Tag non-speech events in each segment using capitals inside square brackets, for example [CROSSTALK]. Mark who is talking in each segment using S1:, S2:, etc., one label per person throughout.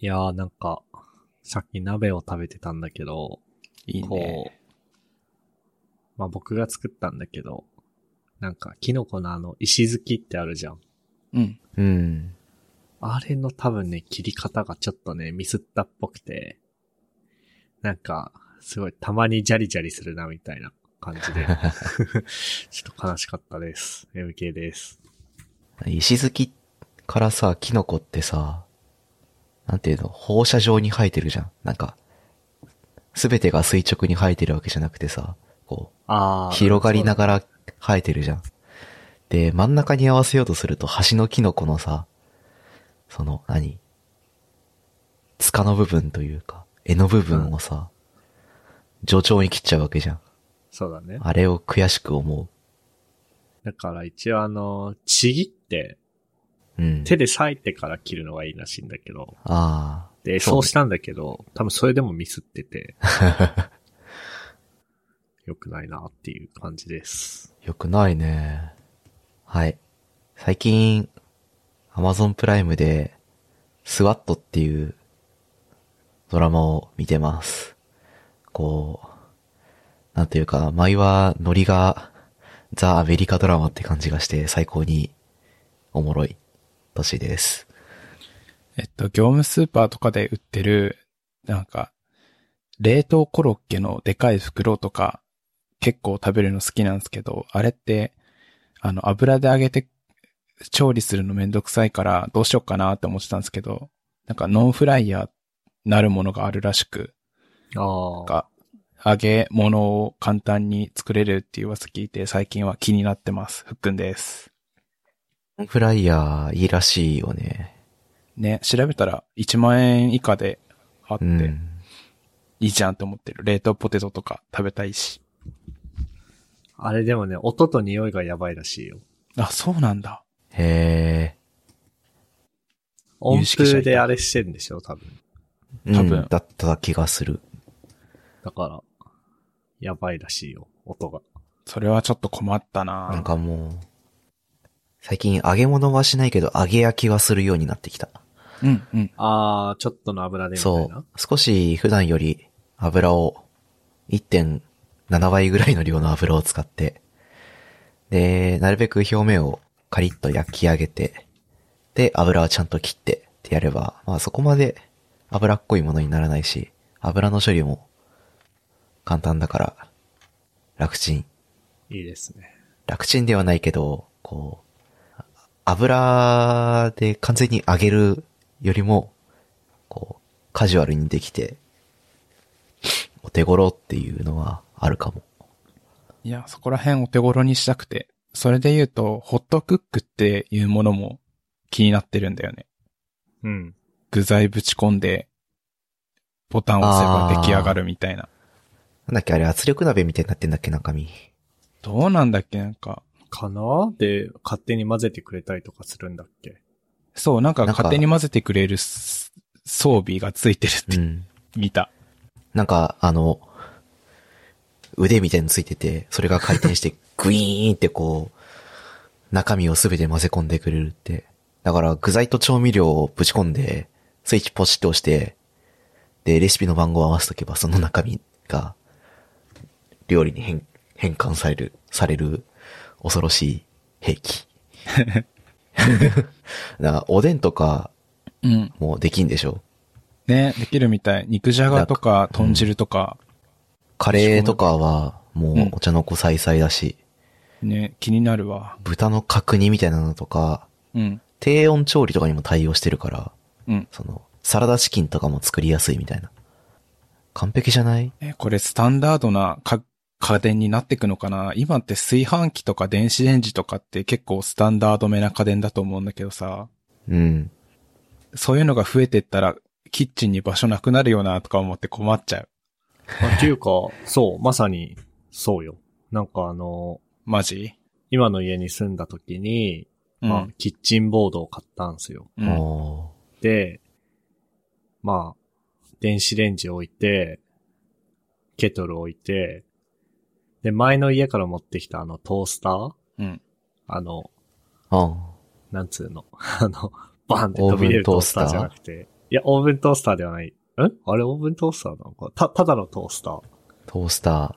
S1: いやーなんか、さっき鍋を食べてたんだけど、
S2: いい
S1: こ
S2: ね。
S1: う、まあ僕が作ったんだけど、なんかキノコのあの石づきってあるじゃん。
S2: うん。
S3: うん。
S1: あれの多分ね、切り方がちょっとね、ミスったっぽくて、なんか、すごい、たまにジャリジャリするな、みたいな感じで。 [LAUGHS] ちょっと悲しかったです。MK です。
S3: 石突きからさ、キノコってさ、なんていうの、放射状に生えてるじゃん。なんか、すべてが垂直に生えてるわけじゃなくてさ、こ
S1: あー。
S3: う、広がりな
S1: ら。
S3: がら生えてるじゃん。で、真ん中に合わせようとすると、端のキノコのさ、その、何塚の部分というか、柄の部分をさ、上長に切っちゃうわけじゃん。
S1: そうだね。
S3: あれを悔しく思
S1: だから一応あの、ちぎって、
S3: う。うん。
S1: 手で裂いてから切るのがいいらしいんだけど、
S3: ああ。
S1: で、
S3: そうね
S1: そうしたんだけど、多分それでもミスってて。 [LAUGHS] 良くないなっていう感じです。
S3: よくないね。はい。最近、Amazon プライムで、スワットっていうドラマを見てます。こう、なんというか、前はノリがザ・アメリカドラマって感じがして最高におもろい年です。
S2: えっと、業務スーパーとかで売ってる、なんか、冷凍コロッケのでかい袋とか、結構食べるの好きなんですけど、あれって、あの、油で揚げて、調理するのめんどくさいから、どうしようかなって思ってたんですけど、なんかノンフライヤーなるものがあるらしく、
S1: あ
S2: なん
S1: あ。
S2: か、揚げ物を簡単に作れるっていう噂聞いて、最近は気になってます。ふっくんです。
S3: フライヤーいいらしいよね。
S2: ね、調べたら1万円以下であって、
S3: うん。
S2: いいじゃんって思ってる。冷凍ポテトとか食べたいし。
S1: あれでもね、音と匂いがやばいらしいよ。
S2: あ、そうなんだ。
S3: へ
S1: 音
S2: 有識者
S1: 符
S2: いた
S1: であれしてんでしょ、多分。
S3: え。
S2: 多分
S3: うんだった気がする。
S1: だから、やばいらしいよ、音が。
S2: それはちょっと困ったな
S3: なんかもう、最近揚げ物はしないけど揚げ焼きはするようになってきた。
S2: うん、うん。
S1: ああ、ちょっとの油でみたい
S3: そ
S1: な
S3: う。。少し普段より油を1.7倍ぐらいの量の油を使って、で、なるべく表面をカリッと焼き上げて、で、油はちゃんと切ってってやれば、まあそこまで油っこいものにならないし、油の処理も簡単だから、楽ちん。
S1: いいですね。
S3: 楽ちんではないけど、こう、油で完全に揚げるよりも、こう、カジュアルにできて、お手頃っていうのはあるかも。
S2: いや、そこら辺お手頃にしたくて。それで言うと、ホットクックっていうものも気になってるんだよね。
S1: うん。
S2: 具材ぶち込んで、ボタンを押せば出来上がるみたいな。
S3: なんだっけあれ圧力鍋みたいになってんだっけ中身。
S2: どうなんだっけなんか。
S1: かなで、勝手に混ぜてくれたりとかするんだっけ
S2: そう、なんか
S3: なんか
S2: 勝手に混ぜてくれるす装備がついてるっ
S3: う
S2: て
S3: ん。
S2: 見た。
S3: なんか、あの、腕みたいについてて、それが回転
S2: [LAUGHS]
S3: して、グイーンってこう、中身をすべて混ぜ込んでくれるって。だから、具材と調味料をぶち込んで、スイッチポチって押して、で、レシピの番号を合わせとけば、その中身が、料理に変、変換される、される、恐ろしい兵
S2: [LAUGHS]
S3: 器。だからおでんとか
S2: うん。
S3: もできんでしょ
S2: ね、できるみたい。肉じゃがとか、
S3: ん
S2: 豚汁とか、
S3: カレーとかは、も
S2: うん
S3: うお茶の子さいさいだし、
S2: ね、気になるわ。
S3: 豚の角煮みたいなのとか、
S2: うん。
S3: 低温調理とかにも対応してるから、
S2: うん。
S3: その、サラダチキンとかも作りやすいみたいな。完璧じゃない
S2: え、これスタンダードな家家電になってくのかな今って炊飯器とか電子レンジとかって結構スタンダードめな家電だと思うんだけどさ、
S3: うん。
S2: そういうのが増えてったら、キッチンに場所なくなるよなとか思って困っちゃう。
S1: まあっていうか、 [LAUGHS] そう、まさに、そうよ。なんかあの、
S2: マジ
S1: 今の家に住んだ時に、
S2: うん。
S1: まあ、キッチンボードを買ったんすよ。
S2: うん
S3: お
S1: で、まあ、電子レンジ置いて、ケトル置いて、で、前の家から持ってきたあのトースター
S2: うん。
S1: あの、
S3: ー。うん。
S1: [LAUGHS] なんつうのあの、バンって飛び出るトースターじゃなくて、いや、オーブントースターではない。んあれオーブントースターなのかた、ただのトースター。
S3: トースター、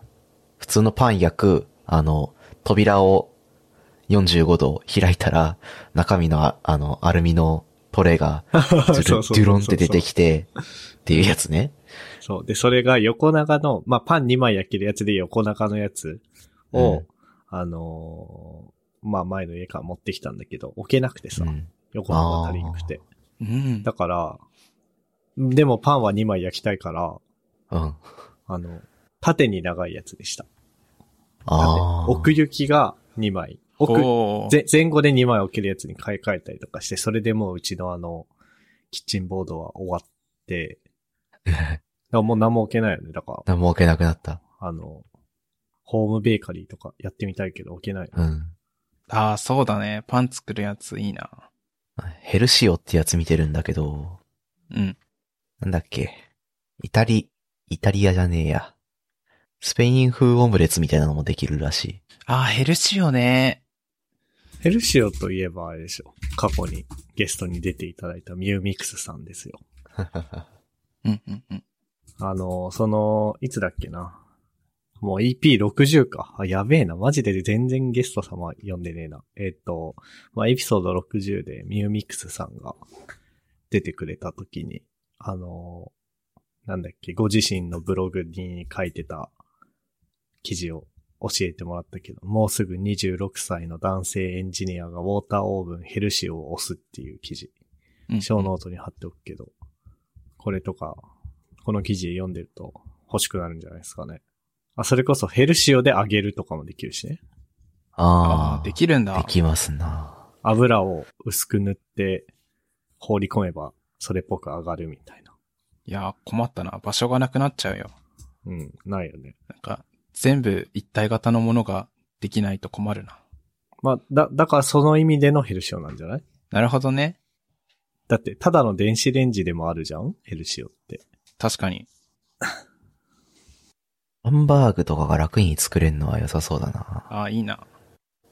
S3: 普通のパン焼く、あの、扉を45度開いたら、中身のあ、あの、アルミのトレ
S1: [LAUGHS]
S3: ーが、ズル
S1: そ
S3: ド
S1: うそうそうそう
S3: ゥロンって出てきて、っていうやつね。
S1: そう。で、それが横長の、まあ、パン2枚焼けるやつで横長のやつを、
S3: うん
S1: あのーまあ、前の家から持ってきたんだけど、置けなくてさ、
S3: うん。
S1: 横長が足りなくて。
S2: うん。
S1: だから、でもパンは2枚焼きたいから、
S3: うん。
S1: あの、縦に長いやつでした。
S3: ああ。
S1: 奥行きが2枚。奥、
S2: おー
S1: ぜ前後で2枚置けるやつに買い替えたりとかして、それでもううちのあの、キッチンボードは終わって、だからもう何も置けないよね。だから、
S3: [LAUGHS] 何も置けなくなった。
S1: あの、ホームベーカリーとかやってみたいけど置けない。
S3: うん。
S2: ああ、そうだね。パン作るやついいな。
S3: ヘルシオってやつ見てるんだけど、
S2: うん。
S3: なんだっけ。イタリ、イタリアじゃねえや。スペイン風オムレツみたいなのもできるら
S2: [LAUGHS]
S3: しい。
S2: ああ、ヘルシーよね。
S1: ヘルシオといえばあれでしょ。過去にゲストに出ていただいたミューミックスさんですよ。
S2: うん、うん、うん。
S1: あの、その、いつだっけな。もう EP60 か。あ、やべえな。マジで全然ゲスト様呼んでねえな。えっ、と、まあ、エピソード60でミューミックスさんが出てくれた時に、あの、なんだっけ、ご自身のブログに書いてた記事を教えてもらったけど、もうすぐ26歳の男性エンジニアがウォーターオーブンヘルシーを押すっていう記事。
S2: うん
S1: 小ノートに貼っておくけど、これとか、この記事読んでると欲しくなるんじゃないですかね。あ、それこそヘルシオで揚げるとかもできるしね。
S3: あ
S2: あ
S3: あ。
S2: あ、できるんだ。
S3: できますな。
S1: 油を薄く塗って放り込めばそれっぽく上がるみたいな。
S2: いやー、困ったな。場所がなくなっちゃうよ。
S1: うん、ないよね。
S2: なんか、全部一体型のものができないと困るな。
S1: まあ、だ、だからその意味でのヘルシオなんじゃない
S2: なるほどね。
S1: だって、ただの電子レンジでもあるじゃんヘルシオって。
S2: 確かに。
S3: ハンバーグとかが楽に作れるのは良さそうだな。
S2: ああ、いいな。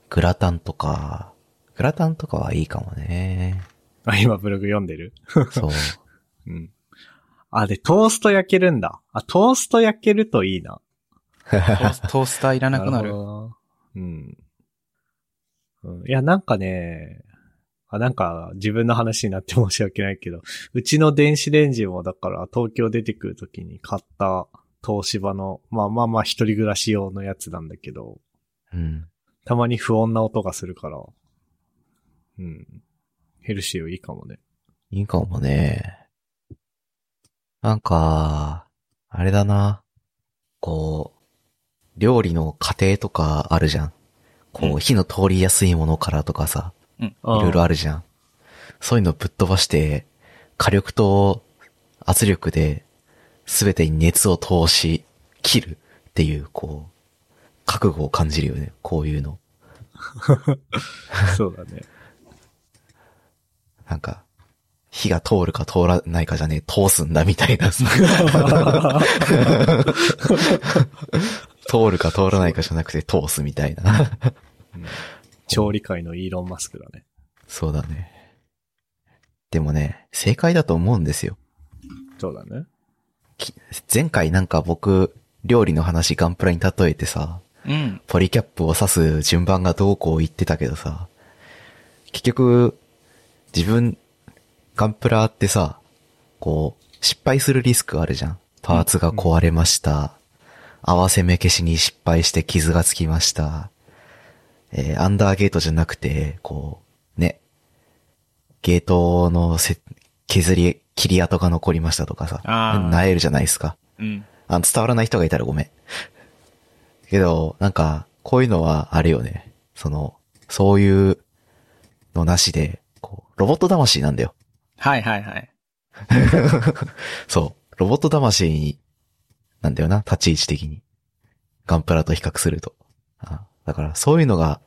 S3: グラタンとか、グラタンとかはいいかもね。
S1: あ、今ブログ読んでる
S3: そう。
S2: [LAUGHS]
S1: うん。あ、で、トースト焼けるんだ。あ、トースト焼けるといいな。
S2: トーストースターいらなくな
S1: るほ
S2: る。
S1: どなうん。うんいや、なんかね、あ、なんか自分の話になって申し訳ないけど、うちの電子レンジもだから東京出てくるときに買った東芝の、まあまあまあ一人暮らし用のやつなんだけど、
S3: うん。
S1: たまに不穏な音がするから、うん。ヘルシーよいいかもね。
S3: いいかもね。なんか、あれだな。こう、料理の過程とかあるじゃん。こ
S2: う
S3: う、火の通りやすいものからとかさ、
S1: い
S3: いろいろ
S1: あ
S3: あるじゃん。そういうのぶっ飛ばして、火力と圧力で、すべてに熱を通し、切るっていう、こう、覚悟を感じるよね。こういうの。
S1: そうだ
S3: [LAUGHS]
S1: ね。 [LAUGHS]
S3: なんか、火が通るか通らないかじゃねえ、通すんだみたいな。通るか通らないかじゃなくて通すみたいな。
S1: 調理界のイーロンマスクだね。
S3: そうだね。でもね、正解だと思うんですよ。
S1: そうだね。
S3: き前回なんか僕、料理の話ガンプラに例えてさ、
S2: うん。
S3: ポリキャップを刺す順番がどうこう言ってたけどさ、結局、自分、ガンプラってさ、こう、失敗するリスクあるじゃん。パーツが壊れました。合わせ目消しに失敗して傷がつきました。えーアンダーゲートじゃなくて、こう、ね、ゲートのせ削り、切り跡が残りましたとかさ、
S2: あー
S3: なえるじゃないですか。
S2: うん。
S3: あの、伝わらない人がいたらごめん。けど、なんか、こういうのはあれよね。その、そういうのなしで、こう、ロボット魂なんだよ。
S2: はいはいはい。
S3: そう。ロボット魂に、なんだよな、立ち位置的に。ガンプラと比較すると。あだから、そういうのが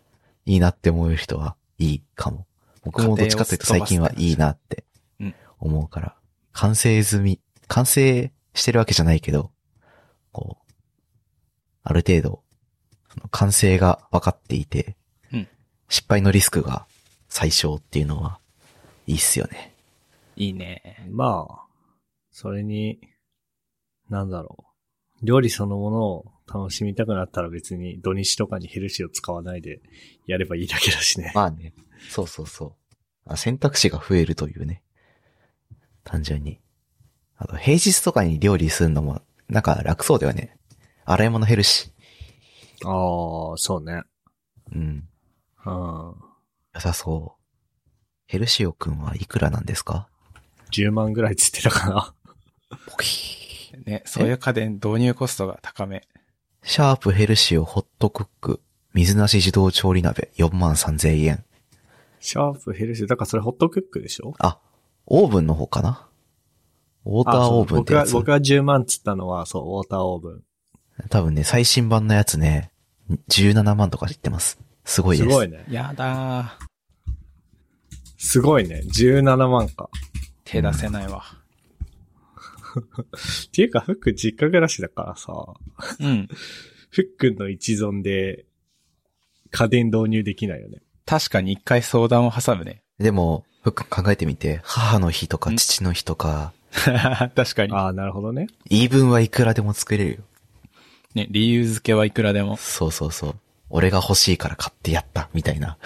S3: いいなって思う人はいいかも。僕もどっちかというと最近はいいなって
S2: うん
S3: 思うから、完成済み、完成してるわけじゃないけど、こう、ある程度、その完成が分かっていて、
S2: うん
S3: 失敗のリスクが最小っていうのは、いいっすよね。
S2: いいね。
S1: まあ、それに、なんだろう。料理そのものを楽しみたくなったら別に土日とかにヘルシーを使わないでやればいいだけだしね。
S3: [LAUGHS] まあね。そうそうそうあ。選択肢が増えるというね。単純に。あと、平日とかに料理するのも、なんか楽そうだよね。洗い物減るし。
S1: [LAUGHS] ああ、そうね。
S3: うん。
S1: うん。
S3: 良さそう。ヘルシオくんはいくらなんですか
S1: 10万ぐらいつってたかな。
S3: ポキー
S2: ね、そういう家電導入コストが高め。
S3: シャープヘルシオホットクック。水なし自動調理鍋4万3000円。
S1: シャープヘルシー。だからそれホットクックでしょ
S3: あ、オーブンの方かなウォーターオーブンってや
S1: あ
S3: つ
S1: そう。僕は、僕は10万つったのは、そう、ウォーターオーブン。
S3: 多分ね、最新版のやつね、17万とか言ってます。すごいですす。
S1: ごいね。
S2: やだー。
S1: すごいね。17万か。
S2: 手出せないわ。
S1: っていうか、フック実家暮らしだからさ、
S2: うん。
S1: フックの一存で家電導入できないよね。
S2: 確かに一回相談を挟むね。 [LAUGHS]
S3: でも、ふっくん考えてみて、母の日とか
S2: ん
S3: 父の日とか、
S2: 確かに。
S1: ああ、なるほどね。
S3: 言い分はいくらでも作れるよ。
S2: ね、理由付けはいくらでも。
S3: そうそうそう。俺が欲しいから買ってやった、みたいな。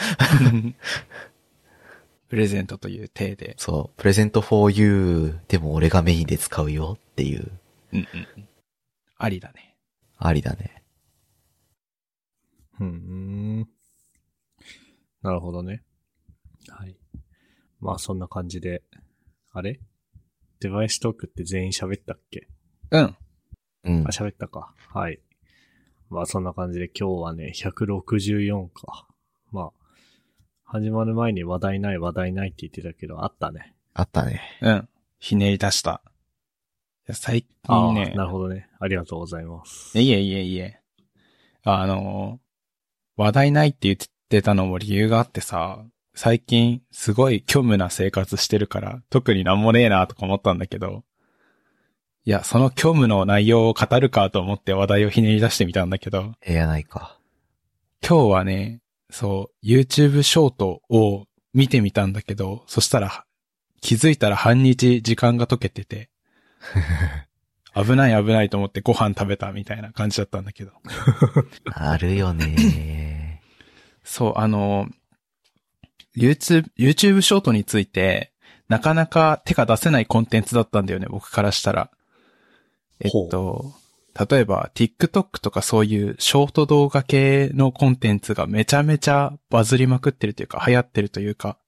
S2: プレゼントという体で。
S3: そう、プレゼント for you でも俺がメインで使うよっていう、
S2: うんうんうん。ありだね。
S3: ありだね。
S1: うんうん。なるほどね。はい。まあ、そんな感じで。あれデバイストークって全員喋ったっけ
S2: うん。
S3: うん
S1: あ、。喋ったか。はい。まあそんな感じで今日はね、164か。まあ、始まる前に話題ない話題ないって言ってたけど、あったね。
S3: あったね。
S2: うん。ひねり出した。いや最
S1: ああ、
S2: 近ね。
S1: なるほどね。ありがとうございます。
S2: いえいえいえ。あの、話題ないって言ってたのも理由があってさ、最近すごい虚無な生活してるから、特になんもねえなとか思ったんだけど、いや、その虚無の内容を語るかと思って話題をひねり出してみたんだけど、
S3: ええやないか。
S2: 今日はね、そう、YouTube ショートを見てみたんだけど、そしたら、気づいたら半日時間が解けてて、危ない危ないと思ってご飯食べたみたいな感じだったんだけど。
S3: あるよね。
S2: そう、あの、YouTube、YouTube ショートについて、なかなか手が出せないコンテンツだったんだよね、僕からしたら。えっと、例えば TikTok とかそういうショート動画系のコンテンツがめちゃめちゃバズりまくってるというか、流行ってるというか、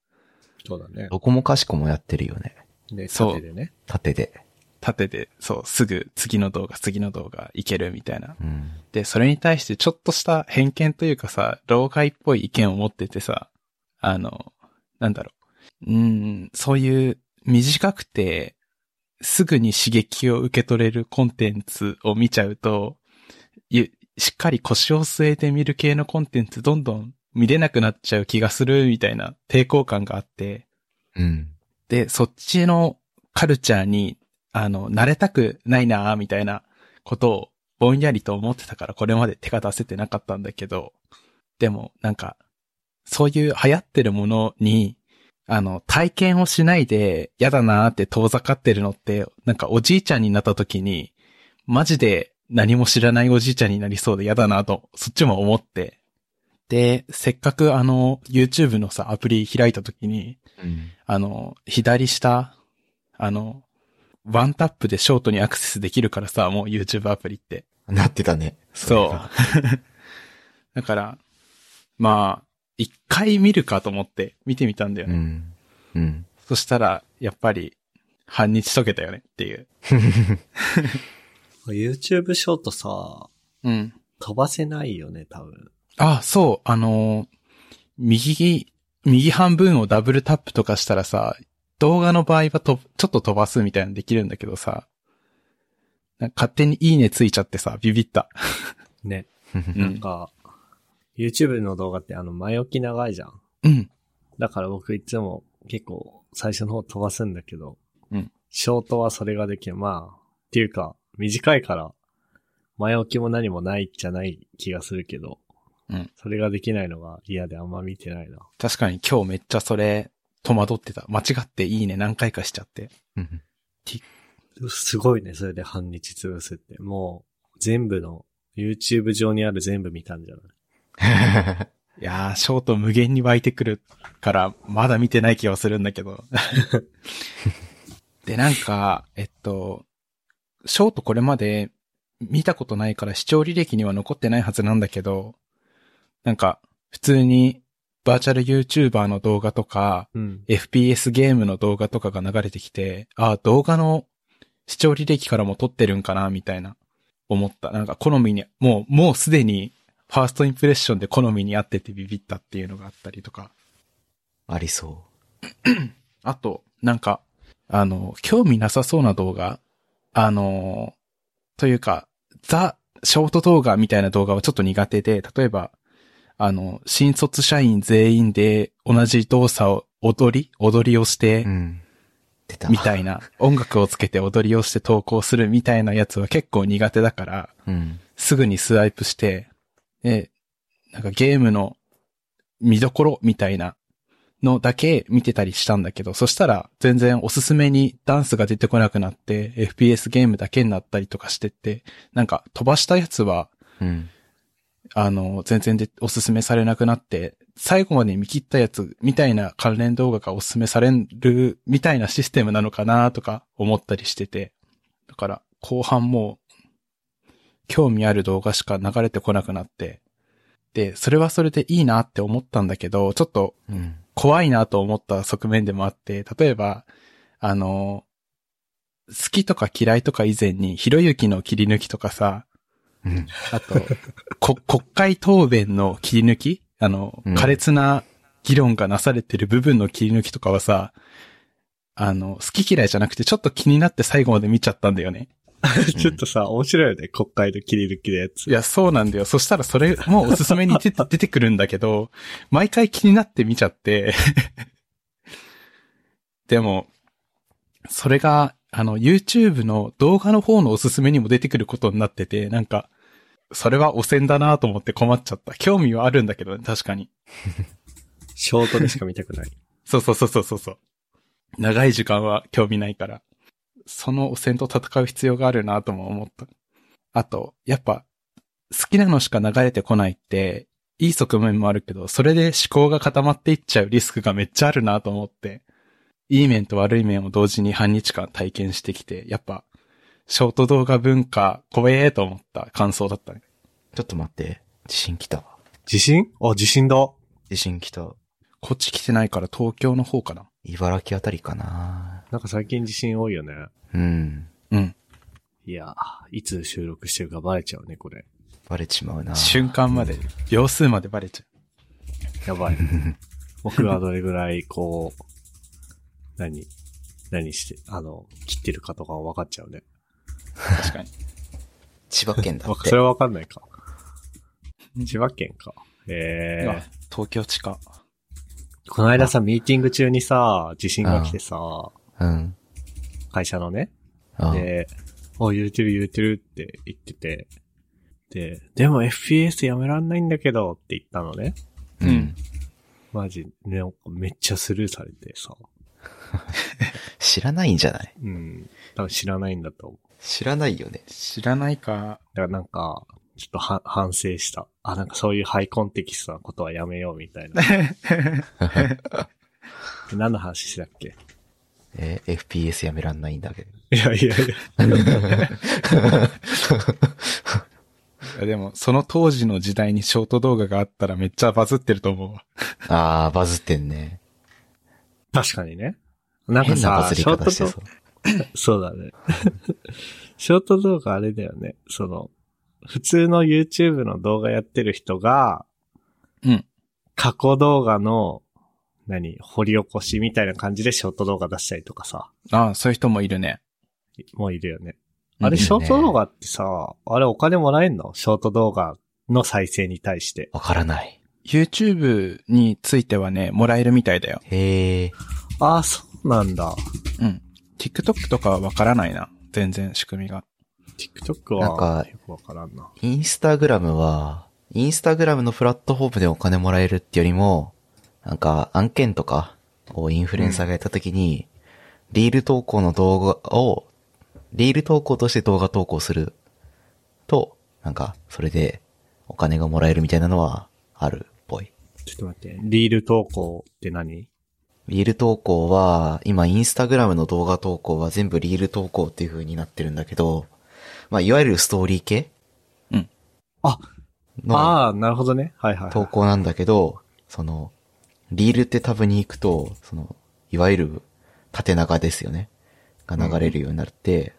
S1: そうだね。
S3: どこもかしこもやってるよね。
S1: で、
S2: そう
S1: 縦でね。
S3: 縦で。
S2: 縦で、そう、すぐ次の動画、次の動画いけるみたいな。
S3: うん。
S2: で、それに対してちょっとした偏見というかさ、老害っぽい意見を持っててさ、あの、なんだろう。うーん、そういう短くて、すぐに刺激を受け取れるコンテンツを見ちゃうと、ゆしっかり腰を据えて見る系のコンテンツどんどん見れなくなっちゃう気がするみたいな抵抗感があって、
S3: うん。
S2: で、そっちのカルチャーに、あの、慣れたくないなぁみたいなことをぼんやりと思ってたから、これまで手が出せてなかったんだけど、でも、なんか、そういう流行ってるものに、あの、体験をしないで、やだなーって遠ざかってるのって、なんかおじいちゃんになった時に、マジで何も知らないおじいちゃんになりそうでやだなと、そっちも思って。で、せっかくあの、YouTube のさ、アプリ開いた時に、
S3: うん。
S2: あの、左下、あの、ワンタップでショートにアクセスできるからさ、もう YouTube アプリって。
S3: なってたね。
S2: そう
S3: れ。
S2: だから、まあ、一回見るかと思って見てみたんだよ
S3: う
S2: ね。
S3: ん。うん。
S2: そしたら、やっぱり、半日解けたよねっていう。
S1: YouTube ショートさ、
S2: うん。
S1: 飛ばせないよね、多分。
S2: あ、そう、あのー右、右半分をダブルタップとかしたらさ、動画の場合はと、ちょっと飛ばすみたいなのできるんだけどさ、なんか勝手にいいねついちゃってさ、ビビった。
S1: ね。
S2: う
S1: なん
S2: ん。
S1: か、YouTube の動画ってあの、前置き長いじゃん。
S2: うん。
S1: だから僕いつも結構最初の方飛ばすんだけど、
S2: うん
S1: ショートはそれができる。まあ、っていうか、短いから、前置きも何もないじゃない気がするけど、
S2: うん
S1: それができないのが嫌であんま見てないな。
S2: 確かに今日めっちゃそれ、戸惑ってた。間違っていいね何回かしちゃって。
S1: すごいね、それで半日潰すって。もう、全部の、YouTube 上にある全部見たんじゃない
S2: いやー、ショート無限に湧いてくるから、まだ見てない気はするんだけど。で、なんか、えっと、ショートこれまで見たことないから視聴履歴には残ってないはずなんだけど、なんか、普通にバーチャル YouTuber の動画とか、
S1: うん。
S2: FPS ゲームの動画とかが流れてきて、ああ、動画の視聴履歴からも撮ってるんかな、みたいな、思った。なんか好みに、もう、もうすでに、ファーストインプレッションで好みに合っててビビったっていうのがあったりとか。
S3: [LAUGHS] ありそ
S2: あと、なんか、あの、興味なさそうな動画あの、というか、ザ、ショート動画みたいな動画はちょっと苦手で、例えば、あの、新卒社員全員で同じ動作を、踊り踊りをして、
S3: う。うん。出た。
S2: みたいな、音楽をつけて踊りをして投稿するみたいなやつは結構苦手だから、
S3: うん。
S2: すぐにスワイプして、え、なんかゲームの見どころみたいなのだけ見てたりしたんだけど、そしたら全然おすすめにダンスが出てこなくなって、FPS ゲームだけになったりとかしてって、なんか飛ばしたやつは、
S3: うん。
S2: あの、全然でおすすめされなくなって、最後まで見切ったやつみたいな関連動画がおすすめされるみたいなシステムなのかなとか思ったりしてて。だから、後半もう、興味ある動画しか流れてこなくなって、で、それはそれでいいなって思ったんだけど、ちょっと
S3: うん。
S2: 怖いなと思った側面でもあって、例えば、あの、好きとか嫌いとか以前に、ひろゆきの切り抜きとかさ、
S3: うん。
S2: あと、こ国会答弁の切り抜きあの
S3: うん、
S2: 苛烈な議論がなされてる部分の切り抜きとかはさ、あの、好き嫌いじゃなくてちょっと気になって最後まで見ちゃったんだよね。
S1: [LAUGHS] ちょっとさ、面白いよね、国会の切り抜きのやつ。
S2: いや、そうなんだよ。そしたらそれもおすすめに出て出てくるんだけど、毎回気になって見ちゃって。 [LAUGHS] でも、それが、あの、YouTube の動画の方のおすすめにも出てくることになってて、なんか、それは汚染だなと思って困っちゃった。興味はあるんだけどね、確かに。
S1: ショートでしか見たくない。
S2: そうそうそうそうそうそう。長い時間は興味ないから、その汚染と戦う必要があるなとも思った。あと、やっぱ、好きなのしか流れてこないって、いい側面もあるけど、それで思考が固まっていっちゃうリスクがめっちゃあるなと思って、いい面と悪い面を同時に半日間体験してきて、やっぱ、ショート動画文化、怖えと思った感想だったね。
S3: ちょっと待って。地震来たわ。
S1: 地震あ、地震だ。
S3: 地震来た。
S2: こっち来てないから東京の方かな。
S3: 茨城あたりかな
S1: なんか最近地震多いよね。
S3: うん。
S2: うん。
S1: いや、いつ収録してるかバレちゃうね、これ。
S3: バレちまうな
S2: 瞬間まで、秒数までバレちゃう。
S1: や
S3: [LAUGHS]
S1: ばい。僕はどれぐらい、こう、何、何して、あの、切ってるかとか分かっちゃうね。
S2: 確かに。
S3: 千葉県だ
S1: わ
S3: っ
S1: か
S3: て。
S1: それは分かんないか
S2: う。ん
S1: 千葉県か。ええ
S2: あ東京地下。
S1: この間さ、ミーティング中にさ、地震が来てさ、
S3: うん。
S1: 会社のね、
S3: あ
S1: で、お、揺れてる揺れてるって言ってて、で、でも FPS やめらんないんだけどって言ったのね。
S3: う
S2: うん
S3: ん。
S1: マジ、ね、なんかめっちゃスルーされてさ。
S3: 知らないんじゃない
S1: うん。多分知らないんだと思う。
S3: 知らないよね。
S2: 知らないか。
S1: だからなんか、ちょっとは反省した。あ、なんかそういうハイコンテキストなことはやめようみたい
S3: [LAUGHS]
S1: な。何の話してたっけ
S3: え、FPS やめらんないんだけど。
S1: いやいやいや。
S2: いやでも、その当時の時代にショート動画があったらめっちゃバズってると思うわ。
S3: あー、バズってんね。
S1: 確かにね。なんか
S3: 変なバ
S1: さ、
S3: ズり
S1: ショー
S3: 方して
S1: ト
S3: そう。
S1: と、そうだね。ショート動画あれだよね。その、普通の YouTube の動画やってる人が、
S2: うん。
S1: 過去動画の、何、掘り起こしみたいな感じでショート動画出したりとかさ、
S2: ああ、そういう人もいるね。
S1: もういるよね。
S2: うん
S1: あれ、
S3: いるね
S1: ショート動画ってさ、あれお金もらえんのショート動画の再生に対して。
S3: わからない。
S2: YouTube についてはね、もらえるみたいだよ。
S3: へー。
S1: ああ、そうなんだ。
S2: うん。TikTok とかはわからないな。全然仕組みが。
S1: TikTok
S3: なん
S1: は
S3: か、
S1: よくわからんな。
S3: インスタグラムは、インスタグラムのプラットフォームでお金もらえるってよりも、なんか案件とかをインフルエンサーがやった時に、リール投稿の動画をリール投稿として動画投稿すると、なんか、それでお金がもらえるみたいなのはあるっぽい。
S1: ちょっと待って、リール投稿って何
S3: リール投稿は、今インスタグラムの動画投稿は全部リール投稿っていう風になってるんだけど、まあ、いわゆるストーリー系
S1: あ、
S3: の
S1: ああ、なるほどね。はいはい、
S3: 投
S1: は
S3: 稿なんだけど、その、リールってタブに行くと、その、いわゆる縦長ですよね。が流れるようになって、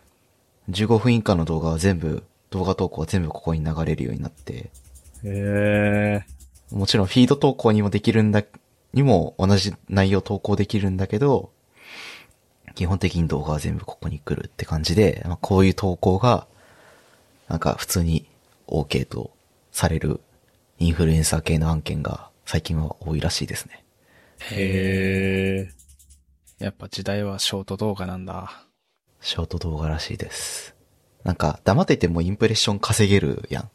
S3: 15分以下の動画は全部、動画投稿は全部ここに流れるようになって、
S1: い。へえ。
S3: もちろんフィード投稿にもできるんだ、にも同じ内容投稿できるんだけど、基本的に動画は全部ここに来るって感じで、まあ、こういう投稿が、なんか普通に OK とされるインフルエンサー系の案件が最近は多いらしいですね。
S1: へえ。
S2: やっぱ時代はショート動画なんだ。
S3: ショート動画らしいです。なんか黙っててもインプレッション稼げるやん。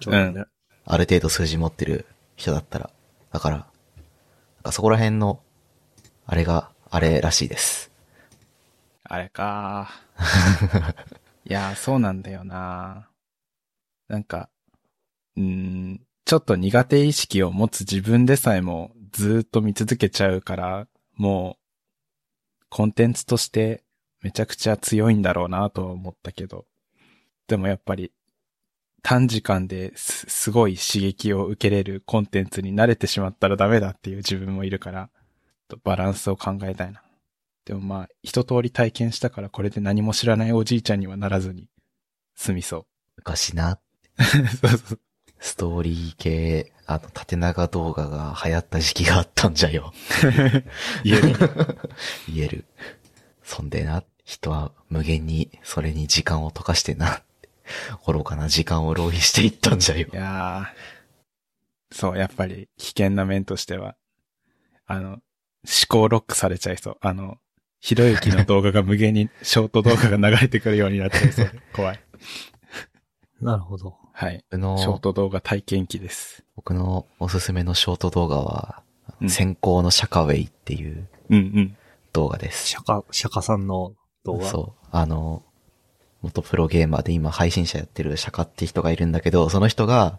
S1: ちょっとね。
S3: ある程度数字持ってる人だったら。だから、なんかそこら辺の、あれが、あれらしいです。
S2: あれか。いやー、そうなんだよな。なんか、うーん、ちょっと苦手意識を持つ自分でさえもずーっと見続けちゃうから、もう、コンテンツとしてめちゃくちゃ強いんだろうなとは思ったけど。でもやっぱり、短時間です、すごい刺激を受けれるコンテンツに慣れてしまったらダメだっていう自分もいるから、ちょっとバランスを考えたいな。でもまあ、一通り体験したからこれで何も知らないおじいちゃんにはならずに、済みそ
S3: 昔な、
S2: う。 [LAUGHS] そうそう。
S3: ストーリー系、あの、縦長動画が流行った時期があったんじゃよ。
S2: [LAUGHS] 言える。
S3: [LAUGHS] 言える。そんでな、人は無限に、それに時間を溶かしてな、愚かな時間を浪費していったんじゃよ
S2: い。やーそう、やっぱり危険な面としては、あの、思考ロックされちゃいそう。あの、ひろゆきの動画が無限にショート動画が流れてくるようになっちゃいそうで。怖い。
S1: なるほど。
S2: はい。
S3: 僕
S2: ショー
S3: の、
S2: ト動画体験記です。
S3: 僕のおすすめのショート動画は、
S2: うん
S3: 先行のシャカウェイっていう
S2: うんうん。
S3: 動画です。
S1: 釈迦、釈迦さんの動画。
S3: そう。あの、元プロゲーマーで今配信者やってる釈迦って人がいるんだけど、その人が、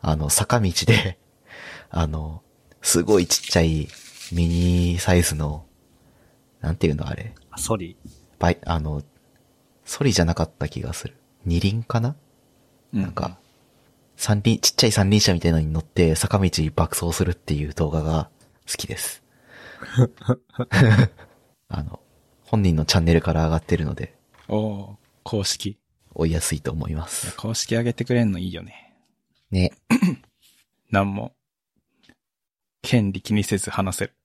S3: あの、坂道で、 [LAUGHS] あの、すごいちっちゃいミニサイズの、なんていうのあれ、
S1: あ、ソリ。
S3: バイ、あの、ソリじゃなかった気がする。二輪かな、
S2: な
S3: なんか、三輪、ちっちゃい三輪車みたいなのに乗って坂道爆走するっていう動画が好きです。 [LAUGHS] あの、本人のチャンネルから上がってるので、
S2: おおー公式。
S3: 追いやすいと思いま
S2: いや
S3: す。
S2: 公式上げてくれんのいいよね。
S3: ね。
S2: なんも、権利気にせず話せる。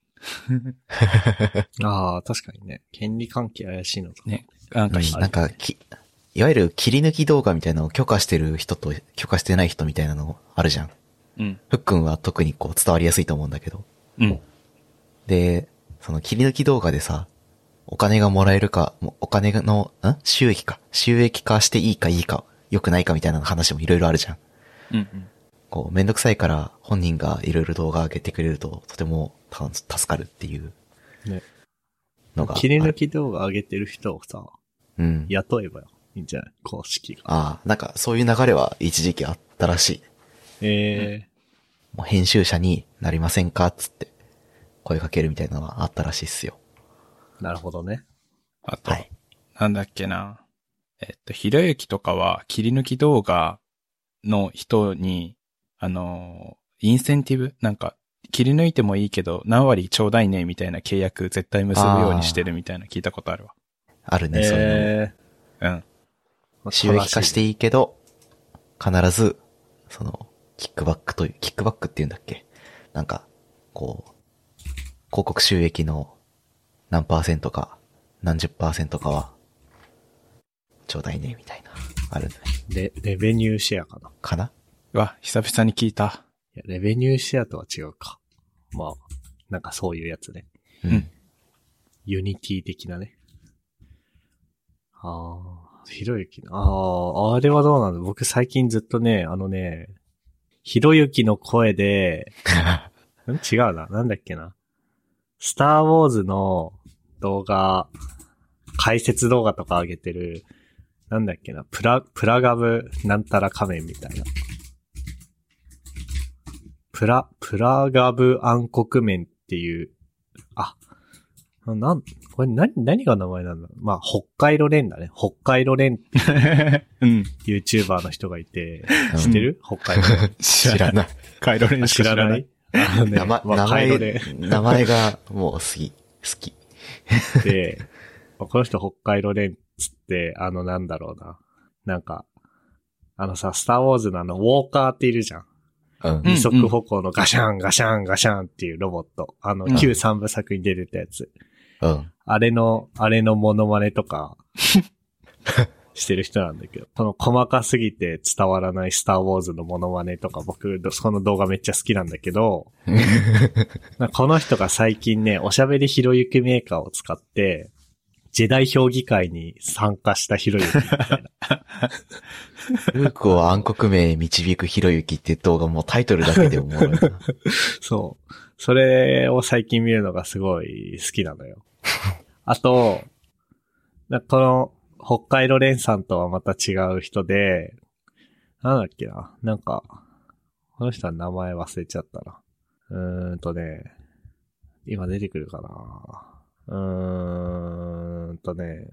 S1: ああ、確かにね。権利関係怪しいのか。
S2: ね。なんかひ、
S3: なんか、き、いわゆる切り抜き動画みたいなのを許可してる人と許可してない人みたいなのあるじゃん。
S2: うん。
S3: ふっくんは特にこう伝わりやすいと思うんだけど。
S2: うん。
S3: で、その切り抜き動画でさ、お金がもらえるか、もうお金の、ん収益か。収益化していいかいいか、良くないかみたいな話もいろいろあるじゃん。
S2: うんうん。
S3: こう、めんどくさいから本人がいろいろ動画上げてくれるととてもた助かるっていう
S1: ね
S3: のがある。
S1: 切り抜き動画上げてる人をさ、
S3: うん。
S1: 雇えばいいんじゃない公式が。
S3: ああ、なんかそういう流れは一時期あったらしい。
S1: ええ
S3: もう編集者になりませんかっつって声かけるみたいなのはあったらしいっすよ。
S1: なるほどね。
S2: あと、
S3: はい。
S2: なんだっけな。えっと、ひろゆきとかは切り抜き動画の人に、あのー、インセンティブなんか、切り抜いてもいいけど、何割ちょうだいね、みたいな契約絶対結ぶようにしてるみたいな聞いたことあるわ。
S3: あるね、そういう
S1: ええ
S2: うん。
S1: まあ
S3: 収益化していいけど、必ず、その、キックバックという、キックバックって言うんだっけなんか、こう、広告収益の何パーセントか、何十パーセントかは、ちょうだいね、みたいな、あるね。
S1: レ、レベニューシェアかな。
S3: かな
S2: うわ、久々に聞いた。
S1: いや、レベニューシェアとは違うか。まあ、なんかそういうやつね。
S3: [LAUGHS] うん。
S1: ユニティ的なね。ああ、ひろゆきの、ああ、あれはどうなの僕最近ずっとね、あのね、ひろゆきの声で、ん違うな、なんだっけな。スターウォーズの動画、解説動画とか上げてる、なんだっけな、プラ、プラガブなんたら仮面みたいな。プラ、プラガブ暗黒面っていう、あ、なん、これ何、何が名前なんだろうまあ、北海道連だね。北海道連って
S2: うん。
S1: いう YouTuber の人がいて、
S3: うん
S1: 知ってる北海道連。
S2: 知
S3: 知ら
S2: らない。
S3: ない。
S2: カイ
S3: [LAUGHS]
S2: ロレンしか知らない。
S1: あのね
S3: 名前、
S1: まあ
S3: 名
S1: カイロ
S3: 前
S1: 連、
S3: 名前がもう好き、好き。
S1: で、ま [LAUGHS] あこの人北海道連っつって、あのなんだろうな。なんか、あのさ、スターウォーズのあの、ウォーカーっているじゃん。
S3: うん
S2: うん
S1: 二足歩行のガシャンガシャンガシャンっていうロボット。あの
S2: うん、
S1: 旧三部作に出てたやつ。
S3: うん。
S1: あれの、あれのモノマネとか、してる人なんだけど、この細かすぎて伝わらないスターウォーズのモノマネとか、僕、その動画めっちゃ好きなんだけど、なんかこの人が最近ね、おしゃべりひろゆきメーカーを使って、ジェダイ評議会に参加したひろゆき。
S3: ルークを暗黒名へ導くひろゆきって動画もうタイトルだけで思う。
S1: [LAUGHS] そう。それを最近見るのがすごい好きなのよ。あと、なこの、北海道連さんとはまた違う人で、なんだっけな、なんか、この人は名前忘れちゃったな。うーんとね、今出てくるかな。うーんとね、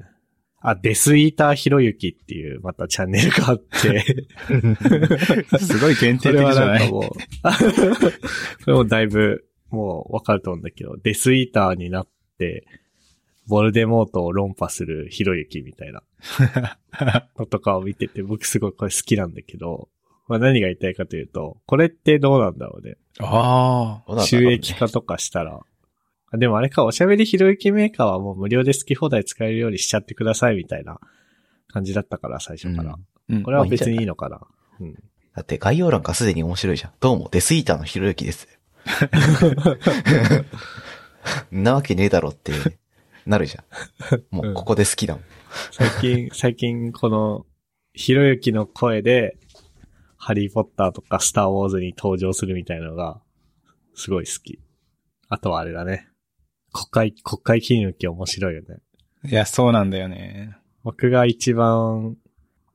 S1: あ、デスイーターひろゆきっていうまたチャンネルがあって、
S2: すごい限
S1: そ
S2: 定
S1: れ
S2: 的
S1: は
S2: じ
S1: な
S2: ゃなん
S1: か
S2: い。
S1: もう、こ [LAUGHS] れもだいぶ、もうわかると思うんだけど、デスイーターになって、ボルデモートを論破するひろゆきみたいなのとかを見てて、僕すごいこれ好きなんだけど、まあ何が言いたいかというと、これってどうなんだろうね。
S2: [LAUGHS] ああ。
S3: どうなんだろう
S1: 収
S3: ね
S1: 益化とかしたら。あでもあれか、おしゃべりひろゆきメーカーはもう無料で好き放題使えるようにしちゃってくださいみたいな感じだったから、最初から。
S2: [LAUGHS] うん
S1: これは別にいいのかな。うん。
S3: だって概要欄がすでに面白いじゃん。どうも、デスイーターのひろゆきです。なわけねえだろって、なるじゃん。もうここで好きだもん。
S1: 最近、最近この、ひろゆきの声で、ハリーポッターとかスターウォーズに登場するみたいなのが、すごい好き。あとはあれだね。国会、国会切り抜き面白いよね。
S2: いや、そうなんだよね。
S1: 僕が一番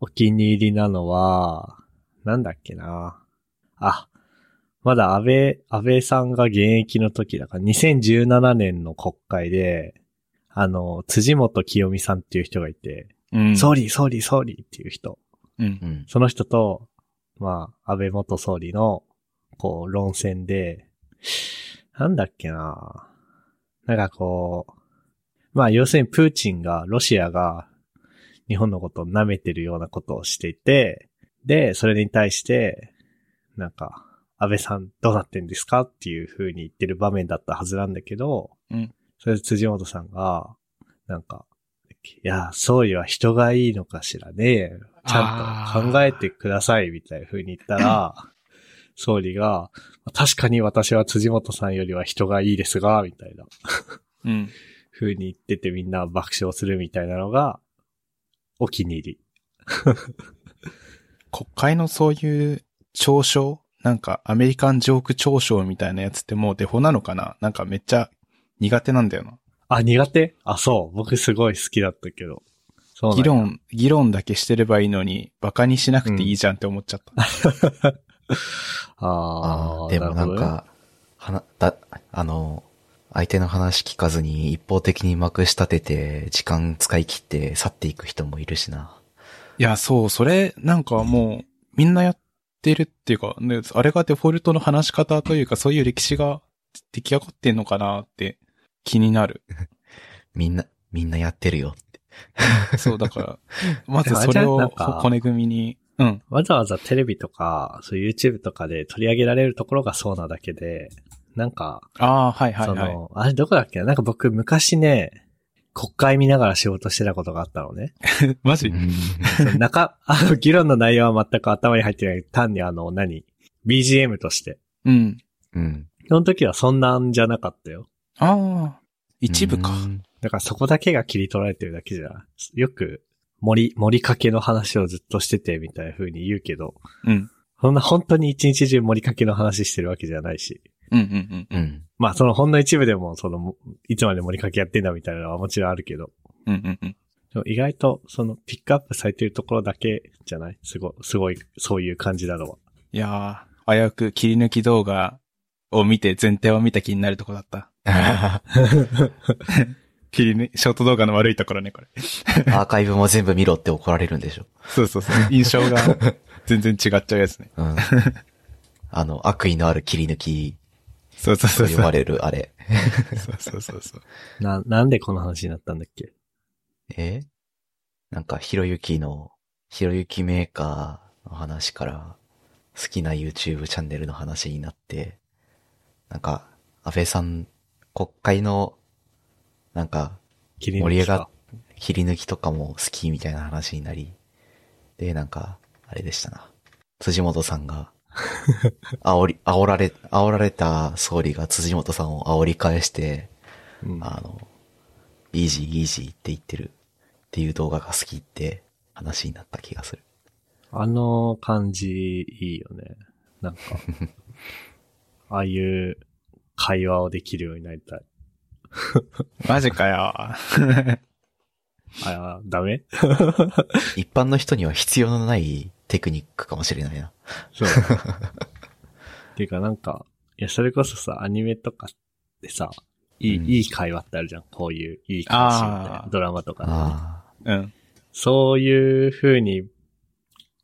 S1: お気に入りなのは、なんだっけな。あ、まだ安倍、安倍さんが現役の時だから、2017年の国会で、あの、辻元清美さんっていう人がいて、
S2: うん。
S1: 総理、総理、総理っていう人。
S2: うん
S3: う。ん。
S1: その人と、まあ、安倍元総理の、こう、論戦で、なんだっけななんかこう、まあ、要するにプーチンが、ロシアが、日本のことを舐めてるようなことをしていて、で、それに対して、なんか、安倍さんどうなってんですかっていう風に言ってる場面だったはずなんだけど、
S2: うん
S1: それで辻元さんが、なんか、いや、総理は人がいいのかしらね。ちゃんと考えてください、みたいな風に言ったら、 [CLEARS THROAT] 総理が、確かに私は辻元さんよりは人がいいですが、みたいな
S2: うん。
S1: 風に言っててみんな爆笑するみたいなのが、お気に入り。
S2: 国会のそういう嘲笑なんかアメリカンジョーク嘲笑みたいなやつってもうデフォなのかななんかめっちゃ苦手なんだよな。
S1: あ、苦手あ、そう。僕すごい好きだったけど。そうなんや
S2: 議。論、議論だけしてればいいのに、バカにしなくていいじゃんって思っちゃった。
S1: あ
S3: ああ、
S1: ー
S3: でもなん
S1: るほどね
S3: か、はな、だ、あの、相手の話聞かずに一方的にまくし立てて、時間使い切って去っていく人もいるしな。
S2: いや、そう、それ、なんかもう、みんなやってるっていうか、ね、あれがデフォルトの話し方というか、そういう歴史が出来上がってんのかなって気になる。
S3: みんな、みんなやってるよって。
S2: そう、
S1: [LAUGHS]
S2: だから、まず
S1: でもあ
S2: そ
S1: れじゃ
S2: れ
S1: ん
S2: を
S1: なんか
S2: 骨組みに、うん。
S1: わざわざテレビとか、そういう YouTube とかで取り上げられるところがそうなだけで、なんか、
S2: ああ、はいはい
S1: そ
S2: はい。
S1: の、あれどこだっけななんか僕昔ね、国会見ながら仕事してたことがあったのね。
S2: [LAUGHS] マジ
S3: うん
S1: その中、あの、議論の内容は全く頭に入ってない。単にあの、何 ?BGM として。
S2: うん。
S3: うん。
S1: その時はそんなんじゃなかったよ。
S2: ああ、一部か。
S3: うん
S1: だからそこだけが切り取られてるだけじゃ、よく、森、森かけの話をずっとしてて、みたいな風に言うけど、
S2: うん。
S1: そんな本当に一日中森かけの話してるわけじゃないし。
S2: うんうんうん。
S3: うん。 [LAUGHS]
S1: まあ、そのほんの一部でも、その、いつまで森かけやってんだみたいなのはもちろんあるけど、
S2: うんうんうん。
S1: でも意外と、その、ピックアップされてるところだけじゃないすご、すごい、そういう感じなのは。
S2: いやー、危うく切り抜き動画を見て全体を見た気になるとこだった。
S3: ア
S2: 切り抜き、ショート動画の悪いところね、これ。
S3: ーカイブも全部見ろって怒られるんでしょ。
S2: そうそうそう。印象
S1: [LAUGHS]
S2: が全然違っちゃうやつね。
S3: うん。あの、悪意のある切り抜き
S2: そうそうそ
S3: と
S2: う
S3: 呼
S2: そ
S3: ば
S2: う。
S3: れるあれ。
S2: そうそうそうそう。
S1: な、なんでこの話になったんだっけ
S3: えなんか、ひろゆきの、ひろゆきメーカーの話から、好きな YouTube チャンネルの話になって、なんか、安倍さん、国会の、なんか、
S1: 切り抜きか
S3: 盛り上がっ、切り抜きとかも好きみたいな話になり、で、なんか、あれでしたな。辻元さんが、煽り、煽られ、煽られた総理が辻元さんを煽り返して、
S1: うん、
S3: あの、イージーイージーって言ってるっていう動画が好きって話になった気がする。
S1: あの感じいいよね。なん
S3: [LAUGHS]
S1: か、ああいう会話をできるようになりたい。
S2: マジかよ。
S1: ああ、ダメ
S3: 一般の人には必要のないテクニックかもしれないな。
S1: そう。っていうかなんか、いや、それこそさ、アニメとかでさ、いい、
S3: うん
S1: いい会話ってあるじゃん。こういう、いい会話みたい
S2: あ
S1: な
S2: ー。
S1: ドラマとかで
S3: あ
S2: うん。
S1: そういう風に、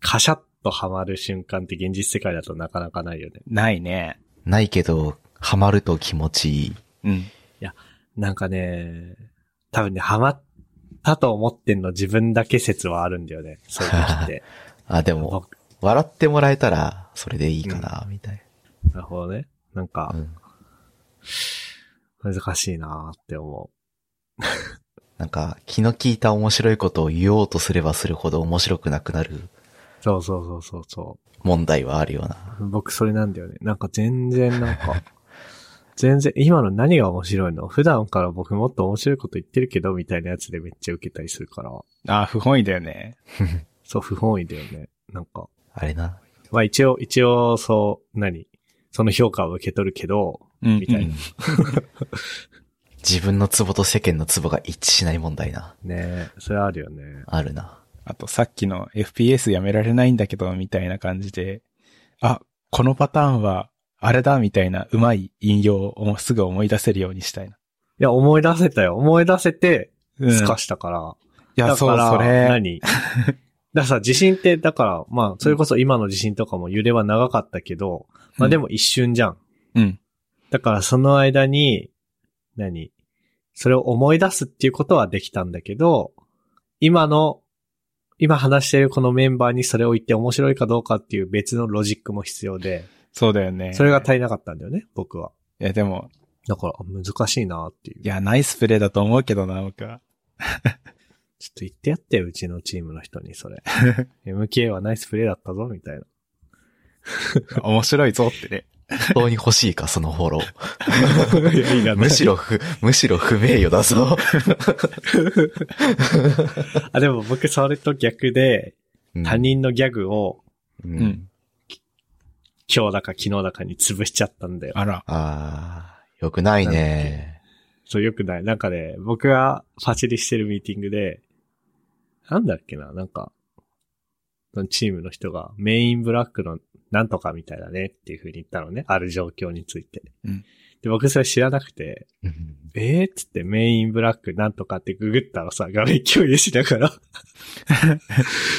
S1: カシャッとハマる瞬間って現実世界だとなかなかないよね。
S2: ないね。
S3: あ。ないけど、ハマると気持ちいい。
S2: うん。
S1: なんかね、多分ね、ハマったと思ってんの自分だけ説はあるんだよね。そういう時って。
S3: あ、 [LAUGHS] でも、
S1: 僕
S3: 笑ってもらえたら、それでいいかな、みたい
S1: なるほどね。なん
S3: な。
S1: か
S3: う、ん。
S1: 難しいなーって思
S3: なんか、気の利いた面白いことを言おうとすればするほど面白くなくなる
S1: う。そうそうそうそうそ
S3: 問題はあるよな。
S1: う。僕それなんだよね。なんか全然なん
S2: [LAUGHS]
S1: か、全然、今の何が面白いの普段から僕もっと面白いこと言ってるけど、みたいなやつでめっちゃ受けたりするから。
S2: あー不本意だよね。
S1: そう、不本意だよね。なんか。
S3: あれな。
S1: まあ一応、一応、そう、何その評価を受け取るけど、
S2: うん。
S1: みたい
S3: [LAUGHS]
S2: うん
S1: な。
S3: 自分のツボと世間のツボが一致しない問題な。
S1: ねそれあるよね。
S3: あるな。
S2: あとさっきの FPS やめられないんだけど、みたいな感じで、あ、このパターンは、あれだ、みたいな、うまい引用をすぐ思い出せるようにしたいな。
S1: いや、思い出せたよ。思い出せて、
S2: うん。
S1: すか
S2: い
S1: したから。
S2: や、
S1: だ
S2: そ
S1: か
S2: う、
S1: ら、
S2: それ。
S1: 何 [LAUGHS] だからさ、地震って、だから、まあ、それこそ今の地震とかも揺れは長かったけど、まあでも一瞬じゃん。
S2: うん。
S1: だからその間に、何それを思い出すっていうことはできたんだけど、今の、今話してるこのメンバーにそれを言って面白いかどうかっていう別のロジックも必要で、
S2: そうだよね。
S1: それが足りなかったんだよね、僕は。
S2: いや、でも、
S1: だから、あ難しいなっていう。
S2: いや、ナイスプレーだと思うけどな、僕
S1: [LAUGHS]
S2: は。
S1: ちょっと言ってやってよ、うちのチームの人にそ
S2: [LAUGHS]
S1: れ。MK はナイスプレイだったぞ、みたいな。
S2: 面白いぞってね。
S3: 本当に欲しいか、そのフォロー。
S2: [LAUGHS]
S1: いやい [LAUGHS] らない
S3: むしろ不、むしろ不名誉だぞ。
S1: あ、でも僕それと逆で、他人のギャグを
S3: うん。う
S2: うんん。
S1: 今日だか昨日だかに潰しちゃったんだよ。
S2: あら。
S3: ああ、よくないね。
S1: そう、よくない。なんかね、僕がファシリしてるミーティングで、なんだっけな、なんか、そのチームの人がメインブラックのなんとかみたいだねっていう風に言ったのね。ある状況について。
S2: うん
S1: で、僕それ知らなくて、
S3: うん
S1: えー、っつってメインブラックなんとかってググったらさ、画面共有しな
S2: [LAUGHS]
S1: がら、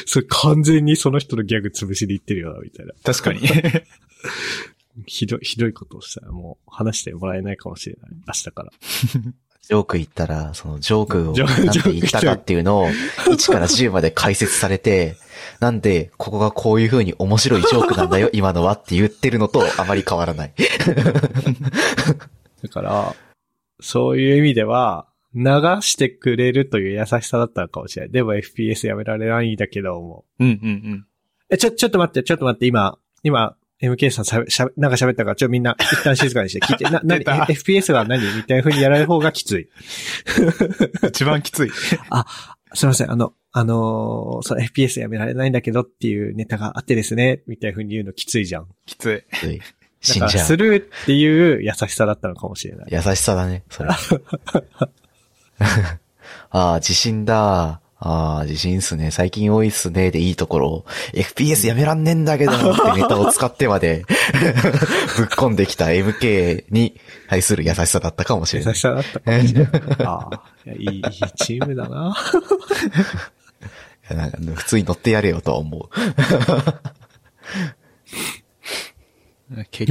S1: それ完全にその人のギャグ潰しに行ってるよな、みたいな。
S3: [LAUGHS]
S2: 確かに。
S1: ひどい、ひどいことをしたらもう話してもらえないかもしれない。明日から。
S3: ジョーク言ったら、そのジョークを
S1: ジョ
S3: なん
S1: ジョー
S3: て
S1: ク
S3: 言ったかっていうのを、1から10まで解説されて、なんで、ここがこういう風に面白いジョークなんだよ、今のはって言ってるのとあまり変わらない。
S1: だから、そういう意味では、流してくれるという優しさだったのかもしれない。でも FPS やめられないんだけども。
S2: うんうん
S1: え、ちょ、ちょっと待って、ちょっと待って、今、今、MK さんしゃべ、しゃべ、なんか喋ったから、ちょ、みんな、一旦静かにして、聞いて、な、なに、
S2: 出た
S1: FPS は何みたいな風にやられる方がきつい。
S2: うん。一番きつい。
S1: すいません、あの、あのーそう、FPS やめられないんだけどっていうネタがあってですね、みたいな風に言うのきついじゃん。
S2: きつい。
S3: つい
S1: だ
S3: 死
S1: か
S3: ん
S1: ら、
S3: じゃ
S1: ス
S3: う。
S1: ルーっていう優しさだったのかもしれない。
S3: [LAUGHS] 優しさだね、それ。ああ、地震だ。ああ、自信っすね。最近多いっすね。でいいところを、FPS やめらんねえんだけど、ってネタを使ってまで、 [LAUGHS] ぶっ込んできた MK に対する優しさだったかもし
S1: 優
S3: れない
S1: し。さだったかもしれない。ああ、いやいい、いいチームだな。
S3: いやなんか普通に乗ってやれよとは思う。
S2: 結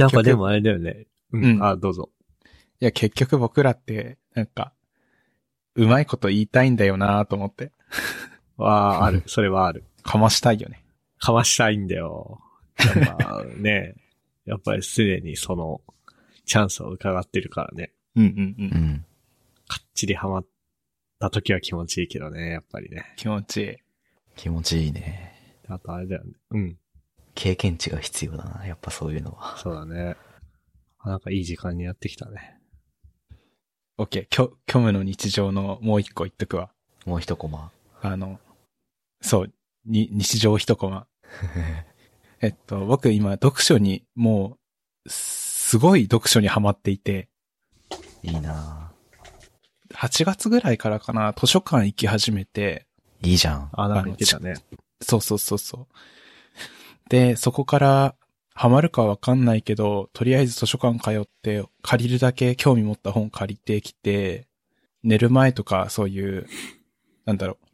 S1: [LAUGHS]
S2: 局
S1: なんかでもあれだよね。うん。
S2: うん
S1: あどうぞ。
S2: いや、結局僕らって、なんか、うまいこと言いたいんだよなと思って、
S1: ああ、 [LAUGHS] ある。それはある。
S2: かましたいよね。
S1: かましたいんだよ。やっぱね、やっぱりすでにその、チャンスを伺ってるからね。
S2: うんうんう
S3: う。ん。
S1: かっちりハマった時は気持ちいいけどね、やっぱりね。
S2: 気持ちいい。
S3: 気持ちいいね。
S1: あとあれだよね。うん。
S3: 経験値が必要だな。やっぱそういうのは。
S1: そうだね。あなんかいい時間にやってきたね。
S2: OK、虚虚無の日常のもう一個言っとくわ。
S3: もう一コマ。 [LAUGHS]
S2: あの、そう、に、日常一コマ。えっと、僕今読書に、もう、すごい読書にハマっていて、
S3: いいな
S2: 8月ぐらいからかな、図書館行き始めて、
S3: いいじゃん。
S1: あ、なんか言ってたね。
S2: そうそうそうそう。で、そこから、ハマるかわかんないけど、とりあえず図書館通って、借りるだけ興味持った本借りてきて、寝る前とかそういう、なんだろう、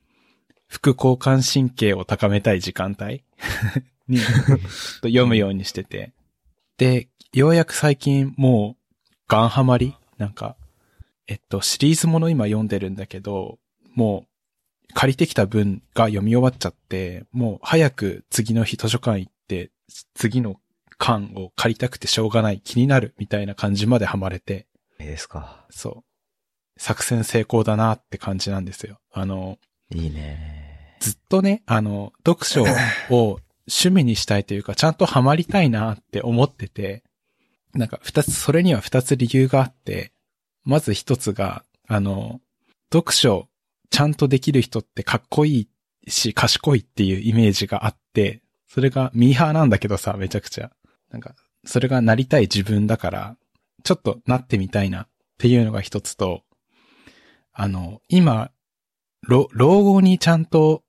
S2: 副交感神経を高めたい時間帯 [LAUGHS] に、ちょっと読むようにしてて。で、ようやく最近もう、ガンハマりなんか、えっと、シリーズもの今読んでるんだけど、もう、借りてきた文が読み終わっちゃって、もう早く次の日図書館行って、次の巻を借りたくてしょうがない、気になるみたいな感じまでハマれて、
S3: いいですか。
S2: そう。作戦成功だなって感じなんですよ。あの、
S3: いいね。 [LAUGHS]
S2: ずっとね、あの、読書を趣味にしたいというか、ちゃんとハマりたいなって思ってて、なんか二つ、それには二つ理由があって、まず一つが、あの、読書ちゃんとできる人ってかっこいいし、賢いっていうイメージがあって、それがミーハーなんだけどさ、めちゃくちゃ。なんか、それがなりたい自分だから、ちょっとなってみたいなっていうのが一つと、あの、今、老老後にちゃんと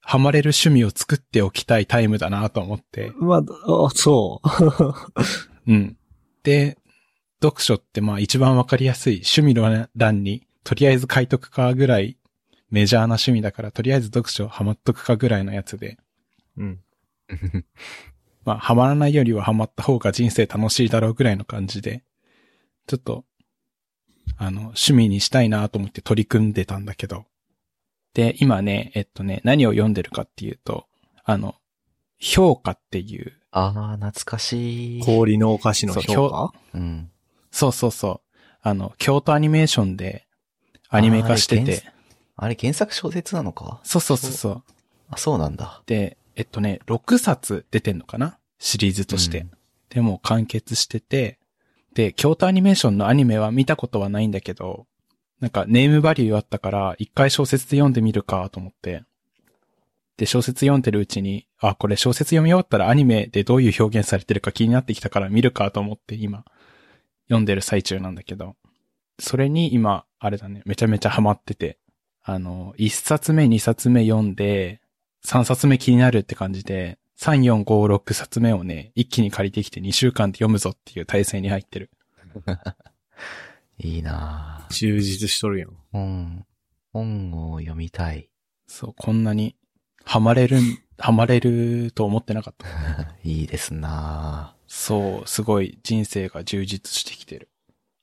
S2: ハマれる趣味を作っておきたいタイムだなと思って。
S1: まあ、あそう。
S2: うん。で、読書ってまあ一番わかりやすい趣味の欄に、とりあえず書いとくかぐらいメジャーな趣味だから、とりあえず読書ハマっとくかぐらいのやつで、
S1: うん。
S2: まあハマらないよりはハマった方が人生楽しいだろうぐらいの感じで、ちょっと、あの、趣味にしたいなと思って取り組んでたんだけど。で、今ね、えっとね、何を読んでるかっていうと、あの、評価っていう、
S3: ああ、懐かしい。
S1: 氷のお菓子の評価
S3: うん。
S2: そうそうそう、あの、京都アニメーションでアニメ化して
S3: あー
S2: て
S3: 原、あれ原作小説なのか
S2: そうそうそうそう。
S3: あ、そうなんだ。
S2: で、えっとね、6冊出てんのかなシリーズとして。
S3: うん
S2: でもう完結してて、で、京都アニメーションのアニメは見たことはないんだけど、なんかネームバリューあったから、一回小説で読んでみるかと思って。で、小説読んでるうちに、あ、これ小説読み終わったらアニメでどういう表現されてるか気になってきたから見るかと思って今、読んでる最中なんだけど、それに今、あれだね、めちゃめちゃハマってて、あの、1冊目、2冊目読んで、3冊目気になるって感じで、3、4、5、6冊目をね、一気に借りてきて2週間で読むぞっていう体制に入ってる。
S3: いいな
S1: 充実しとるや [LAUGHS] ん。
S3: 本、本を読みたい。
S2: そう、こんなに、ハマれるん、ハマれると思ってなかった。
S3: いいですな
S2: そう、すごい人生が充実してきてる。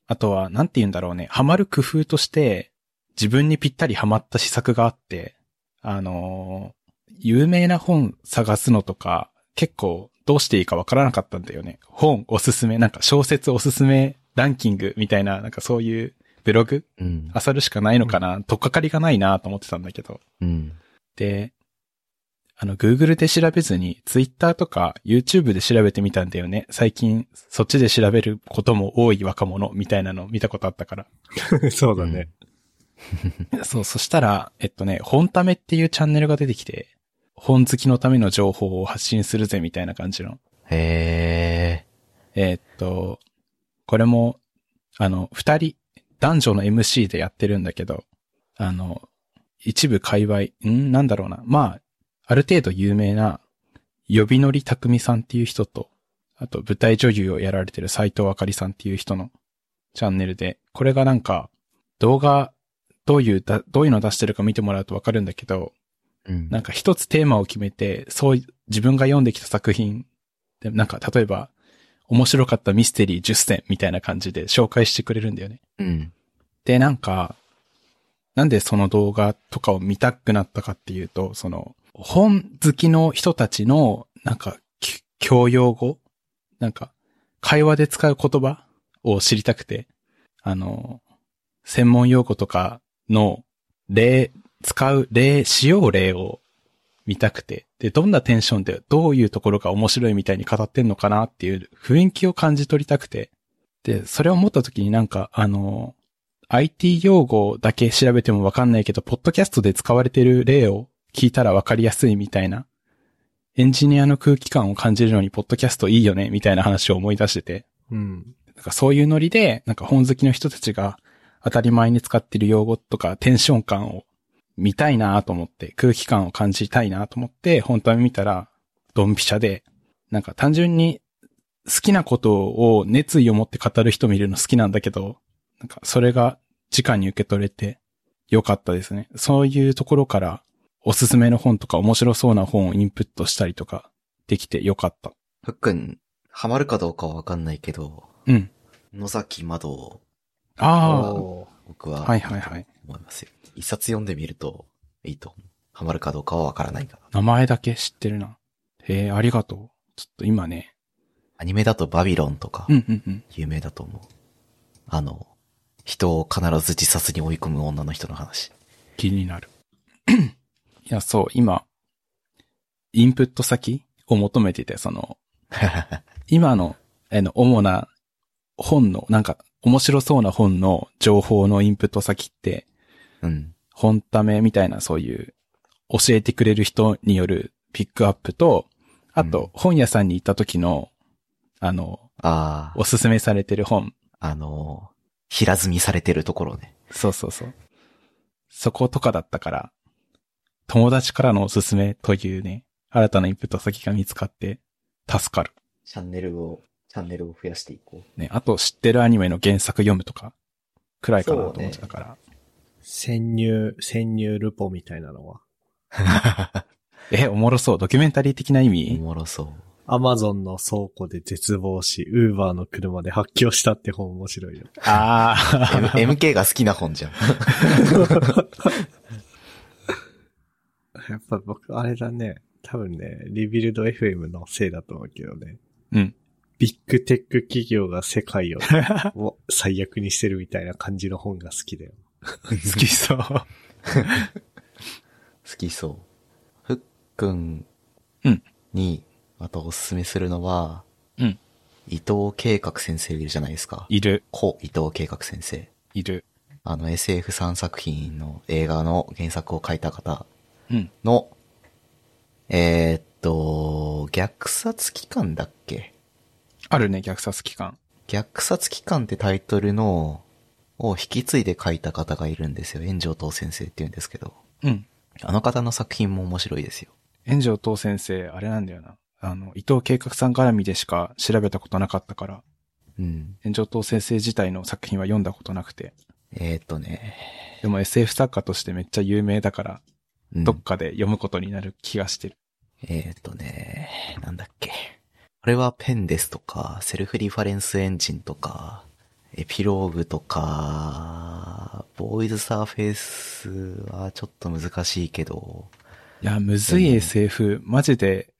S2: あとは、なんて言うんだろうね、ハマる工夫として、自分にぴったりハマった施策があって、あのー有名な本探すのとか、結構どうしていいかわからなかったんだよね。本おすすめ、なんか小説おすすめランキングみたいな、なんかそういうブログ
S3: うん。
S2: 漁るしかないのかな、とっかかりがないなと思ってたんだけど。
S3: うん。
S2: で、あの、Google で調べずに、Twitter とか YouTube で調べてみたんだよね。最近、そっちで調べることも多い若者みたいなの見たことあったから。
S1: そうだね。
S2: そう、そしたら、えっとね、本ためっていうチャンネルが出てきて、本好きのための情報を発信するぜみたいな感じの。
S3: へえ。
S2: えっと、これも、あの、二人、男女の MC でやってるんだけど、あの、一部界隈、んなんだろうな。まあ、ある程度有名な、呼び乗り匠さんっていう人と、あと舞台女優をやられてる斎藤あかりさんっていう人のチャンネルで、これがなんか、動画、どういうだ、どういうの出してるか見てもらうとわかるんだけど、
S3: うん
S2: なんか一つテーマを決めて、そうい、自分が読んできた作品で、なんか例えば、面白かったミステリー10選みたいな感じで紹介してくれるんだよね。
S3: うん。
S2: で、なんか、なんでその動画とかを見たくなったかっていうと、その、本好きの人たちの、なんか、き教養語なんか、会話で使う言葉を知りたくて、あの、専門用語とかの例、使う例、使用例を見たくて、で、どんなテンションでどういうところが面白いみたいに語ってんのかなっていう雰囲気を感じ取りたくて、で、それを思った時になんか、あの、IT 用語だけ調べてもわかんないけど、ポッドキャストで使われてる例を聞いたらわかりやすいみたいな、エンジニアの空気感を感じるのに、ポッドキャストいいよね、みたいな話を思い出してて、
S1: うん。
S2: なんかそういうノリで、なんか本好きの人たちが当たり前に使ってる用語とかテンション感を見たいなと思って、空気感を感じたいなと思って、本当に見たら、ドンピシャで、なんか単純に好きなことを熱意を持って語る人見るの好きなんだけど、なんかそれが直に受け取れて良かったですね。そういうところからおすすめの本とか面白そうな本をインプットしたりとかできて良かった。
S3: ふっくん、ハマるかどうかはわかんないけど、
S2: うん。
S3: 野崎窓を
S2: あ
S1: おー
S3: 僕
S2: あ。
S3: は
S2: はいはいはい。
S3: 思いますよ。一冊読んでみるといいと思う。ハマるかどうかはわからないが。
S2: 名前だけ知ってるな。へえ、ありがとう。ちょっと今ね。
S3: アニメだとバビロンとか
S2: う、んうんうん。
S3: 有名だと思う。あの、人を必ず自殺に追い込む女の人の話。
S2: 気になる。 [CLEARS THROAT] いや、そう、今、インプット先を求めてて、その、今の、えの、主な本の、なんか、面白そうな本の情報のインプット先って、
S3: うん。
S2: 本ためみたいなそういう、教えてくれる人によるピックアップと、あ
S3: うん
S2: と、本屋さんに行った時の、あの、
S3: あ
S2: おすすめされてる本
S3: あ、あの、平積みされてるところね。
S2: そうそうそう。そことかだったから、友達からのおすすめというね、新たなインプット先が見つかって助かる。
S3: チャンネルを、チャンネルを増やしていこう。
S2: ね、あと知ってるアニメの原作読むとか、くらいかなと思ってたから。
S1: 潜入、潜入ルポみたいなのは。
S2: え、おもろそう。ドキュメンタリー的な
S3: [LAUGHS] お
S2: 意味
S3: もろそう。
S1: アマゾンの倉庫で絶望し、ウーバーの車で発狂したって本面白いよ。 [LAUGHS]
S2: あ
S3: [LAUGHS] M-
S2: あ。
S3: MK が好きな本じゃん。
S1: やっぱ僕、あれだね。多分ね、リビルド FM のせいだと思うけどね。
S2: [LAUGHS] うん。
S1: ビッグテック企業が世
S2: [LAUGHS]
S1: 界をを最悪にしてるみたいな感じの本が好きだよ。
S2: 好きそう。
S3: 好きそう。ふっくん
S2: うん
S3: に、またおすすめするのは、
S2: うん
S3: 伊藤計画先生いるじゃないですか。
S2: いる、
S3: 古伊藤計画先生。
S2: いる。
S3: あの SF3 作品の映画の原作を書いた方
S2: うん。
S3: の、えーっと、虐殺機関だっけ
S2: あるね、虐殺期間。
S3: 虐殺機関ってタイトルの、を引き継いで書いた方がいるんですよ。炎上東先生って言うんですけど。
S2: うん。
S3: あの方の作品も面白いですよ。
S2: 炎上東先生、あれなんだよな。あの、伊藤計画さん絡みでしか調べたことなかったから、
S3: うん。
S2: 炎上東先生自体の作品は読んだことなくて。
S3: えーっとね、
S2: でも SF 作家としてめっちゃ有名だから、
S3: うん
S2: どっかで読むことになる気がしてる。
S3: えーっとね、なんだっけ。これはペンですとか、セルフリファレンスエンジンとか、エピローグとか、ボーイズサーフェイスはちょっと難しいけど、
S2: いや、むずい SF、マジで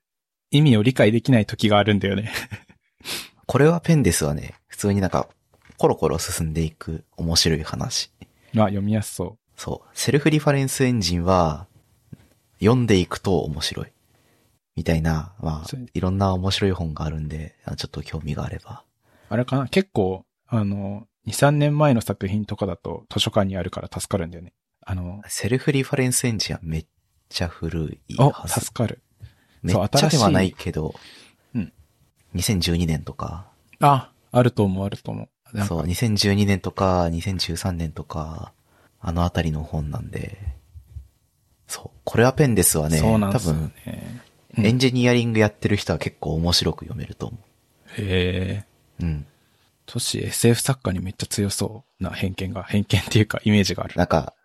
S2: 意味を理解できない時があるんだよね。 [LAUGHS]
S3: これはペンですはね、普通になんか、コロコロ進んでいく面白い話。
S2: まあ読みやすそ
S3: そう。セルフリファレンスエンジンは、読んでいくと面白い。みたいな、まあ
S2: そう、
S3: いろんな面白い本があるんで、あちょっと興味があれば。
S2: う。あれかな結構、あの、2、3年前の作品とかだと図書館にあるから助かるんだよね。あの、
S3: セルフリファレンスエンジンはめっちゃ古い
S2: お
S3: は、ず
S2: 助。かる。
S3: めっちゃではないけど、
S2: うん
S3: 2012年とか、
S2: あ、あると思う、あると思う。なんか
S3: そう、2012年とか、2013年とか、あのあたりの本なんで、そう。これはペンですわね。
S2: そうなん
S3: 多
S2: ですよ
S3: 分、
S2: ね。うん
S3: エンジニアリングやってる人は結構面白く読めると思
S2: へえ。
S3: う。うん。
S2: トシ SF 作家にめっちゃ強そうな偏見が、偏見っていうかイメージがある。
S3: なんか、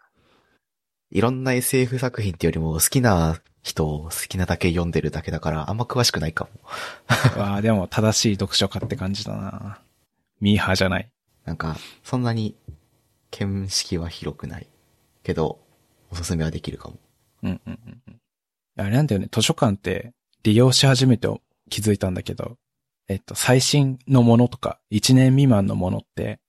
S3: いろんな SF 作品っていうよりも好きな人を好きなだけ読んでるだけだから、あんま詳しくないかも。
S2: [LAUGHS] わあでも正しい読書家って感じだな。ミーハーじゃない。
S3: なんか、そんなに、見識は広くない。けど、おすすめはできるかも。
S2: うんうんうんうん。あれなんだよね、図書館って利用し始めて気づいたんだけど、えっと、最新のものとか、1年未満のものって、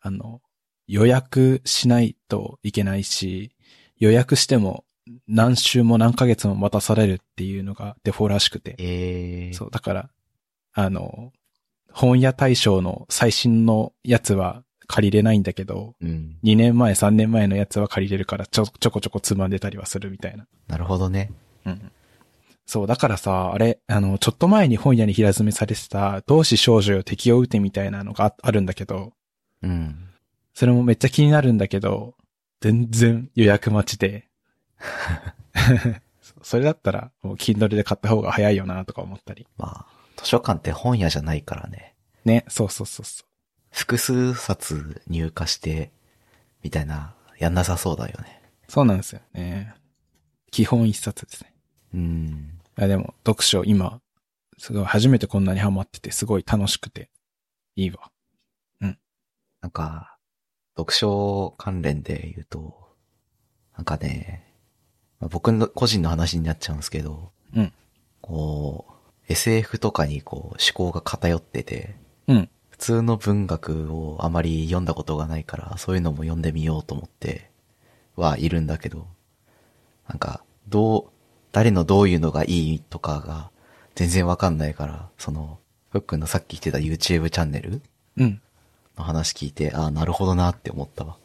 S2: あの、予約しないといけないし、予約しても何週も何ヶ月も待たされるっていうのがデフォらしくて。
S3: ええー。
S2: そう、だから、あの、本屋大賞の最新のやつは借りれないんだけど、
S3: うん。
S2: 2年前、3年前のやつは借りれるから、ちょ、ちょこちょこつまんでたりはするみたいな。
S3: なるほどね。
S2: うん。そう、だからさ、あれ、あの、ちょっと前に本屋に平積みされてた、同志少女よ敵を撃てみたいなのがああるんだけど、
S3: うん。
S2: それもめっちゃ気になるんだけど、全然予約待ち [LAUGHS] で。そそれだったら、もう Kindle で買った方が早いよな、とか思ったり。
S3: まあ、図書館って本屋じゃないからね。
S2: ね、そうそうそうそう。
S3: 複数冊入荷して、みたいな、やんなさそうだよね。
S2: そうなんですよね。基本一冊ですね。
S3: うん。
S2: あでも、読書今、すごい初めてこんなにハマってて、すごい楽しくて、いいわ。
S3: なんか、読書関連で言うと、なんかね、まあ僕の個人の話になっちゃうんですけど、
S2: うん
S3: こう、SF とかにこう思考が偏ってて、
S2: うん。
S3: 普通の文学をあまり読んだことがないから、そういうのも読んでみようと思ってはいるんだけど、なんか、どう、誰のどういうのがいいとかが全然わかんないから、その、ふっくんのさっき言ってた YouTube チャンネル
S2: うん。
S3: の話聞いて、ああ、なるほどなって思ったわ。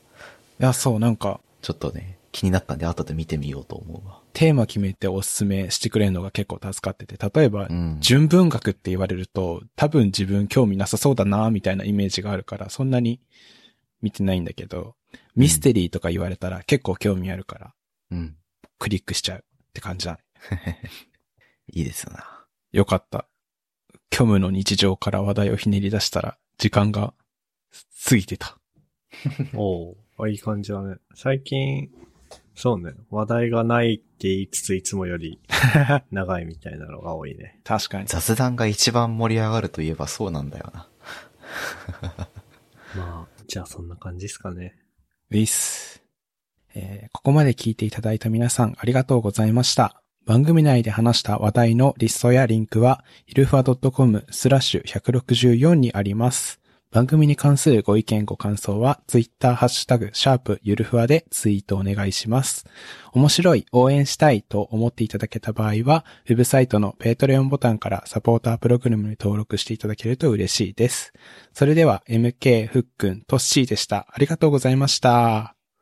S2: いや、そう、なんか、
S3: ちょっとね、気になったんで後で見てみようと思うわ。
S2: テーマ決めておすすめしてくれるのが結構助かってて、例えば、
S3: うん。
S2: 純文学って言われると、多分自分興味なさそうだな、みたいなイメージがあるから、そんなに見てないんだけど、ミステリーとか言われたら結構興味あるから、
S3: うん。
S2: クリックしちゃうって感じだね。
S3: いいですよな。
S2: よかった。虚無の日常から話題をひねり出したら、時間が過ぎてた。
S1: [LAUGHS] おおいい感じだね。最近、そうね、話題がないって言いつついつもよ
S2: [LAUGHS]
S1: り長いみたいなのが多いね。
S2: 確かに。
S3: 雑談が一番盛り上がるといえばそうなんだよな。
S1: まあ、じゃあそんな感じですかね。
S2: ウィス。えーここまで聞いていただいた皆さんありがとうございました。番組内で話した話題のリストやリンクは、イルファ .com スラッシュ164にあります。番組に関するご意見ご感想は、ツイッターハッシュタグ、シャープゆるふわでツイートお願いします。面白い、応援したいと思っていただけた場合は、ウェブサイトのペイトレオンボタンからサポータープログラムに登録していただけると嬉しいです。それでは、MK、ふっくん、トッシーでした。ありがとうございました。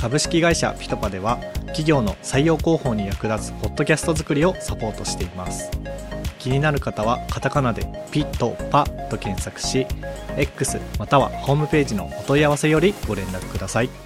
S4: 株式会社ピトパでは企業の採用広報に役立つポッドキャスト作りをサポートしています気になる方はカタカナでピトパと検索し X またはホームページのお問い合わせよりご連絡ください。